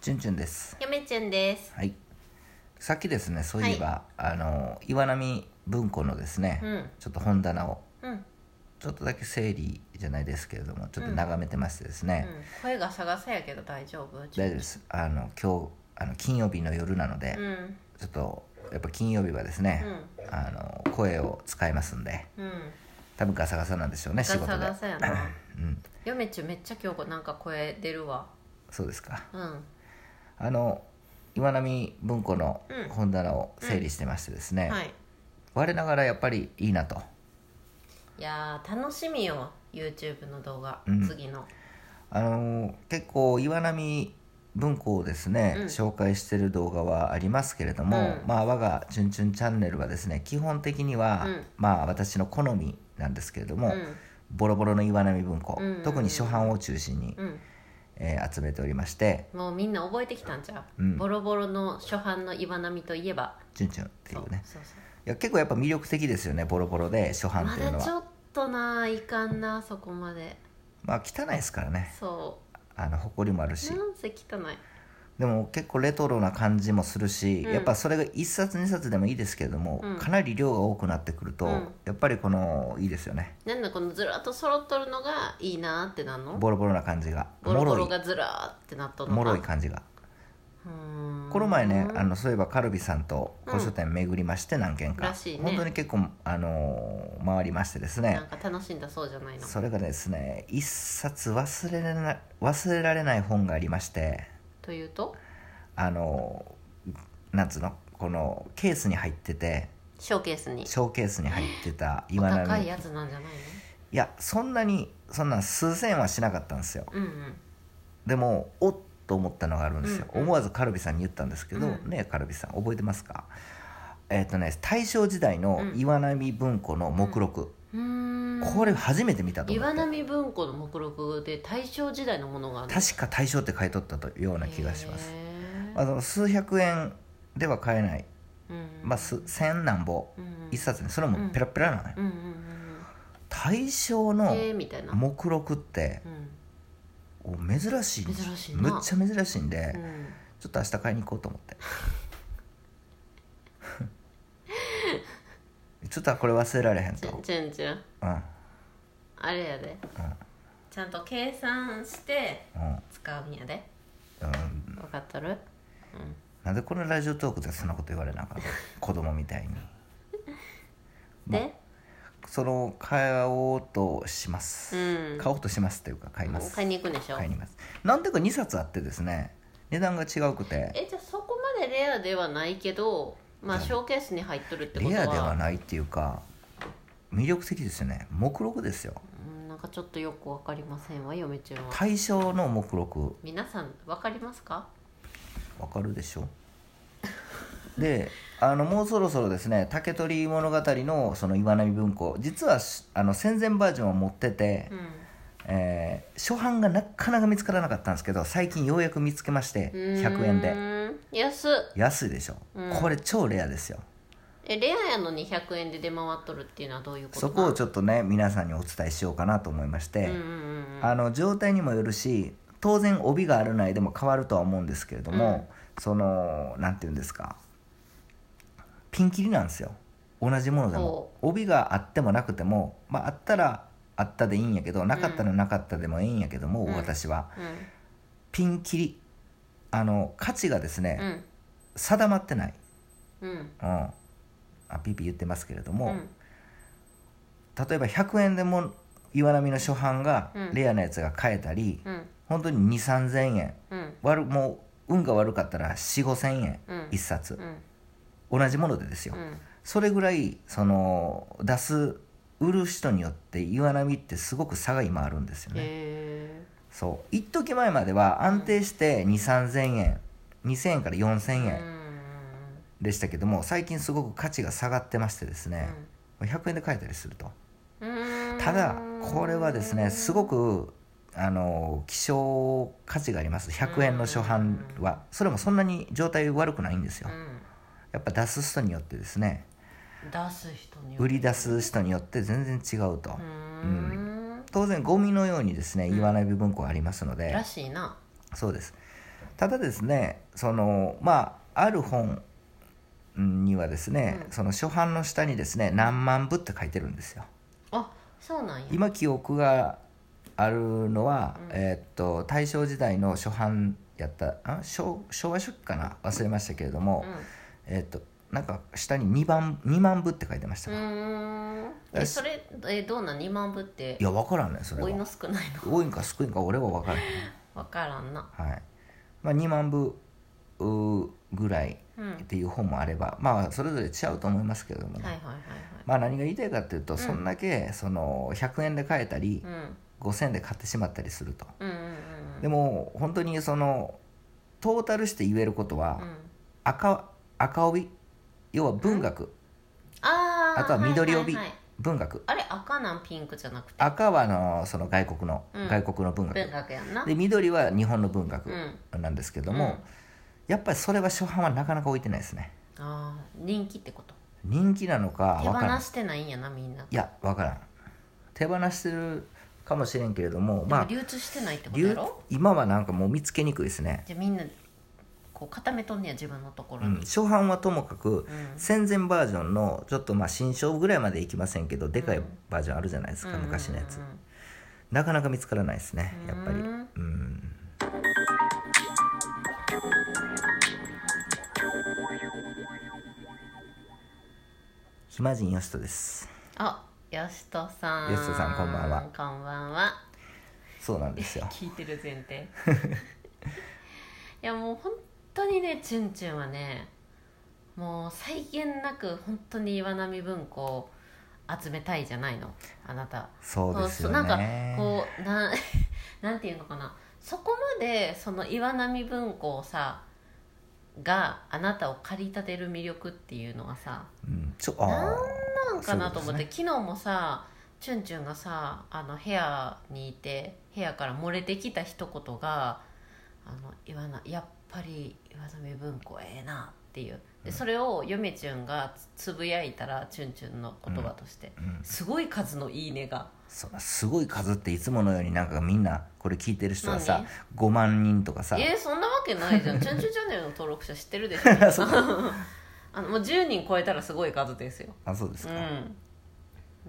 チュンチュンですやめちゅんです。はいさっきですねそういえば、あの岩波文庫のですね、うんちょっと本棚をうん、うん、ちょっとだけ整理じゃないですけれどもちょっと眺めてましてですね、声が探せやけど大丈夫。大丈夫ですあの今日あの金曜日の夜なので、うん、ちょっとやっぱ金曜日はですね、あの声を使いますんでうん、多分ガサガサなんでしょうねガ仕サ事でガサやな。うんやめちゅんめっちゃ今日なんか声出るわ。そうですかうん、あの岩波文庫のうん本棚を整理してましてですね、はい。我ながらやっぱりいいなといやー楽しみよ YouTube の動画、うん次の。あの結構岩波文庫をですね、うん紹介してる動画はありますけれども、うんまあ我が「チュンチュンチャンネル」はですね基本的には、うんまあ私の好みなんですけれどうも、ん、ボロボロの岩波文庫、うんうんうん特に初版を中心に、うん、えー集めておりましてもうみんな覚えてきたんちゃう。うんボロボロの初版の岩波といえば。 「チュンチュン」っていうねそうそういや結構やっぱ魅力的ですよねボロボロで初版まっていうのだはちまょっとないかんなそこまで。あ汚いですからねそあの埃もあるしう。なんせ汚い。でも結構レトロな感じもするし、うんやっぱそれが1冊2冊でもいいですけれども、うんかなり量が多くなってくると、うんやっぱりこのいいですよねなんだこのずらっと揃っとるのがいいなーってなんのボロボロな感じがボロボロもろがずらーってなっいとるのもかろい感じがうーんこの前ねあのそういえばカルビさんとうん古書店巡りまして何軒か、らしいね本当に結構、あのー回りましてですねなんか楽しんだそうじゃないのそれがですね1冊忘れられな忘れられない本がありましてというとあのーなんつうのこのケースに入っててショーケースにショーケースに入ってたお岩波高いやつなんじゃないいやそんなにそんな数千円はしなかったんですよのうんでもおっと思ったのがあるんですよ、うんうん思わずカルビさんに言ったんですけど、うんねえカルビさん覚えてますかえっ、とね大正時代の岩波文庫の目録、うんうーんこれ初めて見たと思岩って波文庫の目録で大正時代のものがある確か大正って書いとったというようかな気がします、まああ、その数百円では買えない、うんまあ、す千何本うん一冊にそれもペラペラなのよ、うんうんうん大正うんのへえみたいな目録ってうんお珍しい珍しいなむっちゃ珍しいんで、うんちょっと明日買いに行こうと思って ちょっとこれ忘れられへんちとゅんちゅんちゅんうんうんあれやでちゃんと計算して使うんやでうん、うん、分かっとるうんなんでこのラジオトークでそんなこと言われなあかった子供みたいにで、その買おうとします、うん買おうとしますっていうか買います買いに行くんでしょ買いに行きますなんでか2冊あってですね値段が違うくてえじゃあそこまでレアではないけどまあじショーケースに入っとるってことはレアではないっていうか魅力的ですよね目録ですようんなんかちょっとよくわかりませんわ嫁ちゃんは対象の目録皆さんわかりますかわかるでしょ であのもうそろそろですね「竹取物語」のその岩波文庫実はしあの戦前バージョンを持ってて、うんえー初版がなかなか見つからなかったんですけど最近ようやく見つけまして100円でで安っ安いでしょ、うんこれ超レアですよえレアやのに100円で出回っとるっていうのはどういうことそこをょちょっとね皆さんにお伝えしようかなと思いまして、うんうんうんあの状態にもよるし当然帯があるないでも変わるとは思うんですけれども、そのなんて言うんですかピンキリなんですよ同じものでも帯があってもなくても、まあ、あったらあったでいいんやけどなかったらなかったでもいいんやけども、うん私はうんピンキリあの価値がですね、うん定まってない、うんうん、あピーピー言ってますけれども、うん例えば100円でも岩波の初版がうんレアなやつが買えたり、うん本当に2 3 0 0 0円うん悪もう運が悪かったら4 5千円うん1冊う、ん同じものでですよ、うんそれぐらいその出す売る人によって岩波ってすごく差が今あるんですよね、へそう一時前までは安定して2 3千円2000円から4000え円でしたけども最近すごく価値が下がってましてですね、100円で買えたりするとただこれはですねすごくあの希少価値があります100円の初版はそれもそんなに状態悪くないんですよやっぱ出す人によってですね出す人によって売り出す人によって全然違うとうーん当然ゴミのようにですねん言わない部分庫ありますのでらしいなそうですただですねそのまあある本にはですね、うんその初版の下にですね何万部って書いてるんですよあそうなんや今記憶があるのは、うんえーっと大正時代の初版やったあ昭昭和初期かな忘れましたけれども、えーっとなんか下に2番2万部って書いてましたうんわ、いうーんえそれえどうなん2万部ってや分からんねそれ多いはの少ないの多いんか少ないんか俺は分からへん分からんなはいまあ、2万部うぐらいうんはいっていう本もあれば、まあそれぞれ違うと思いますけれどもね、はいはいはいまあ何が言いたいかっていうと、んそんだけその100円で買えたり、うん5000円で買ってしまったりするとうんうんうんでも本当にそのトータルして言えることは、うん赤赤帯要は文学あーあとは緑帯はいはいはい文学あれ赤なんピンクじゃなくて赤はあのその外国の、うん外国の文学文学やんなで緑は日本の文う学んなんですけども、やっぱりそれは初版はなかなか置いてないですねああ人気ってこと人気なのか手分放からんしてないんやなみんないや分からん手放してるかもしれんけれどもでまもあ流通してないってこと流やろ今はなんかもう見つけにくいですね、じゃあみんなこう固めとんねや自分のとこうろん、に初版はともかくうん戦前バージョンのちょっとまあ新章ぐらいまでいきませんけどでかいバージョンあるじゃないですか、昔のやつうんうんうんなかなか見つからないですねやっぱりううんん暇人よしとですあよしとさんよしとさんこんばんはこんばんはそうなんですよ聞いてる前提いやもう本当にねチュンチュンはねもう際限なく本当に岩波文庫を集めたいじゃないのあなたそうですよなんかねこうなん なんていうのかなそこまでその岩波文庫をさがあなたを駆り立てる魅力っていうのはさうんちょあーなんかなと思って、そうで昨日もさチュンチュンがさあの部屋にいて部屋から漏れてきた一言が「あの言わなやっぱり岩波文庫ええな」っていうでそれを嫁チュンがつつぶやいたらチュンチュンの言葉として、うんすごい数の「いいね」が。そのすごい数っていつものようになんかみんなこれ聞いてる人はさ何5万人とかさえー、そんなわけない じゃん「チュンチュンチャンネル」の登録者知ってるでしょそうか あのもう10人超えたらすごい数ですよあそうですうか、ん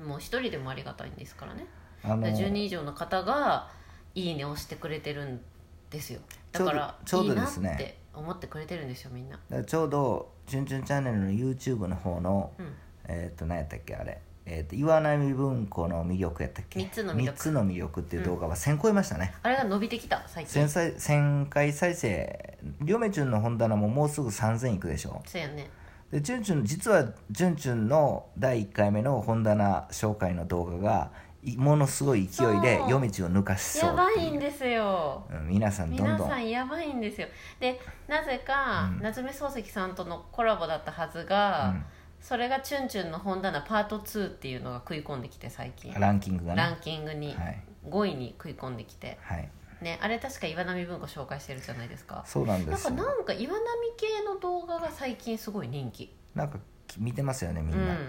もう1人でもありがたいんですからねあの10人以上の方が「いいね」をしてくれてるんですよだからちょうどいいなちょうどでっすねて思ってくれてるんですよみんなだからちょうど「ちゅんちゅんチャンネル」の YouTube の方の、うんえっ、と何やったっけあれえっ、と岩波文庫の魅力やったっけ三つの魅力三つの魅力っていう動画は1000超えましたね、あれが伸びてきた最近千再1000回再生りょめちゅんの本棚ももうすぐ3000いくでしょそうやねでチュンチュン実はチュンチュンの第1回目の本棚紹介の動画がいものすごい勢いでそう夜道を抜かしそうやばっていんですようん皆さんどん皆どんさんやばいんですよでなぜか、夏目漱石さんとのコラボだったはずが、うんそれが「チュンチュンの本棚パート2」っていうのが食い込んできて最近ランキングがねランキングにはい5位に食い込んできて、はいね、あれ確か岩波文庫紹介してるじゃないですかそうなんでなんすかよなんか岩波系の動画が最近すごい人気なんか見てますよねみうんんな、だ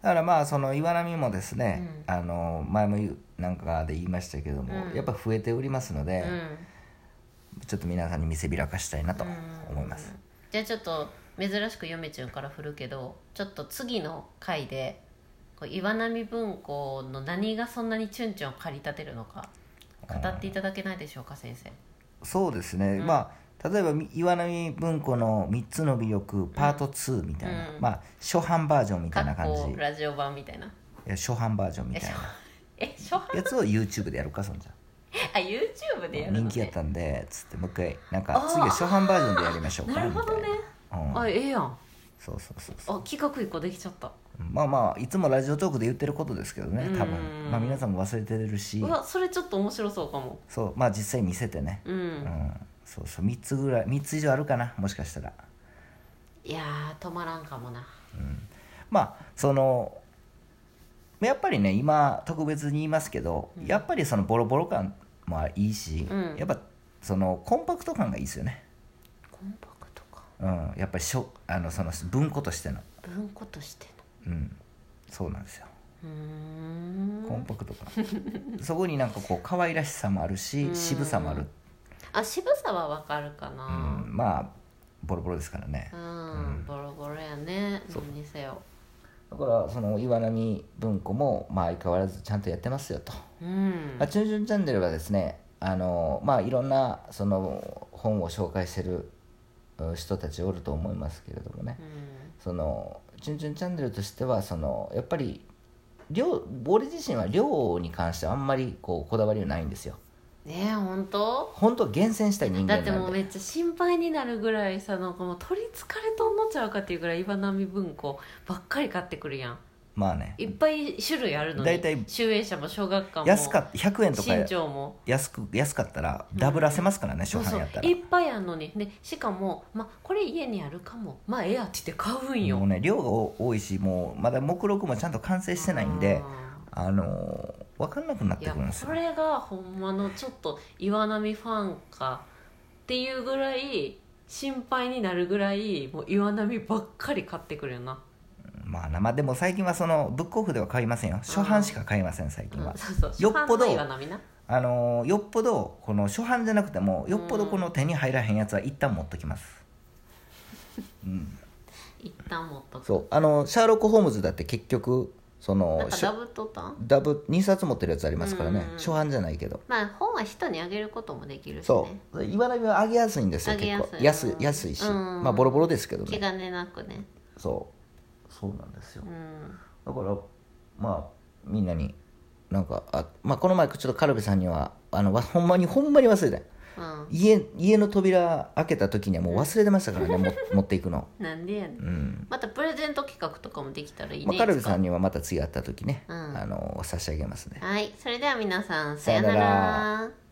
からまあその岩波もですね、うあの前も言うなんかで言いましたけども、うんやっぱ増えておりますのうでん、ちょっと皆さんに見せびらかしたいなと思います、うんじゃあちょっと珍しく嫁ちゅんから振るけどちょっと次の回でこう岩波文庫の何がそんなにチュンチュンを駆り立てるのか語っていただけないでしょうか先生そうですね、まあ例えばみ岩波文庫の3つの魅力パート2みたいな、うんまあ初版バージョンみたかいな感じっこラジオ版みたいないや初版バージョンみたい え初版なやつを YouTube でやるかそんじゃあ YouTube でやるの、ね、人気やったんでつってもう一回なんかあー次は初版バージョンでやりましょうかなるほどみねたいな、うん、あええやんそうそうそうそうあ企画一個できちゃったまあまあいつもラジオトークで言ってることですけどね多うん分、まあ、皆さんも忘れてるしうわそれちょっと面白そうかもそうまあ実際見せてねうん、うんそうそう3つぐらい3つ以上あるかなもしかしたらいやー止まらんかもなまあそのやっぱりね今特別に言いますけど、やっぱりそのボロボロ感もいいし、うんやっぱそのコンパクト感がいいですよね、コンパクトかうん、やっぱりしょあのその文庫としての文庫としてうんそうなんですよのう ーんコンパクト感そこになんかこう可愛らしさもあるし渋さもあるあ渋さはわかるかう、なんまあボロボロですからねうん、ボロボロやねそう何にせよだからその岩波文庫もまあ相変わらずちゃんとやってますよとうんまあ、チュンチュンチャンネルはですねあの、まあ、いろんなその本を紹介してるうん人たちおると思いますけれどもね、うんそのチュンチュンチャンネルとしてはそのやっぱり量俺自身は量に関してはあんまりこうこだわりはないんですよねえ本当本当は厳選したい人だ間ってなもんうでめっちゃ心配になるぐらいさなんかもう取りつかれとんのちゃうかっていうぐらい岩波文庫ばっかり買ってくるやんまあねいっぱい種類あるのに大体集英社も小学館も安かっ100円とか新潮も安く安かったらダブらせますからね、そう初そ版うやったらいっぱいあんのにでしかも、ま、これ家にあるかもまあええやって言って買うんよ、もうね量が多多いしもうまだ目録もちゃんと完成してないんでああのー、分かんなくなっーいてやくるんですよこれがほんまのちょっと岩波ファンかっていうぐらい心配になるぐらいもう岩波ばっかり買ってくるよな、まあなまあでも最近はそのブックオフでは買いませんよ初版しか買いません最う近はん、そうそうよっぽど初版の岩波なあのーよっぽどこの初版じゃなくてもよっぽどこの手に入らへんやつは一旦持っときます一旦持っとくそうあのシャーロック・ホームズだって結局そなのんかしょダブっとったんダブ2冊持ってるやつありますからねうん初版じゃないけどまあ本は人にあげることもできるしそねう岩波は上げやすいんですよ上げや結すい構安安いしうんまあボロボロですけど気ね兼ねなくねそうそうなんですようんだからまあみんなになんかあ、まあ、この前ちょっとカルビさんにはあのわほんまにほんまに忘れたうん家家の扉開けた時にはもう忘れてましたからね、も持っていくのなんでやねんうん、またプレゼント企画とかもできたらいいね、まあ、カルビさいんにはまた次会った時ね、うんあの差し上げますねつかはいそれでは皆さんさよさなよなら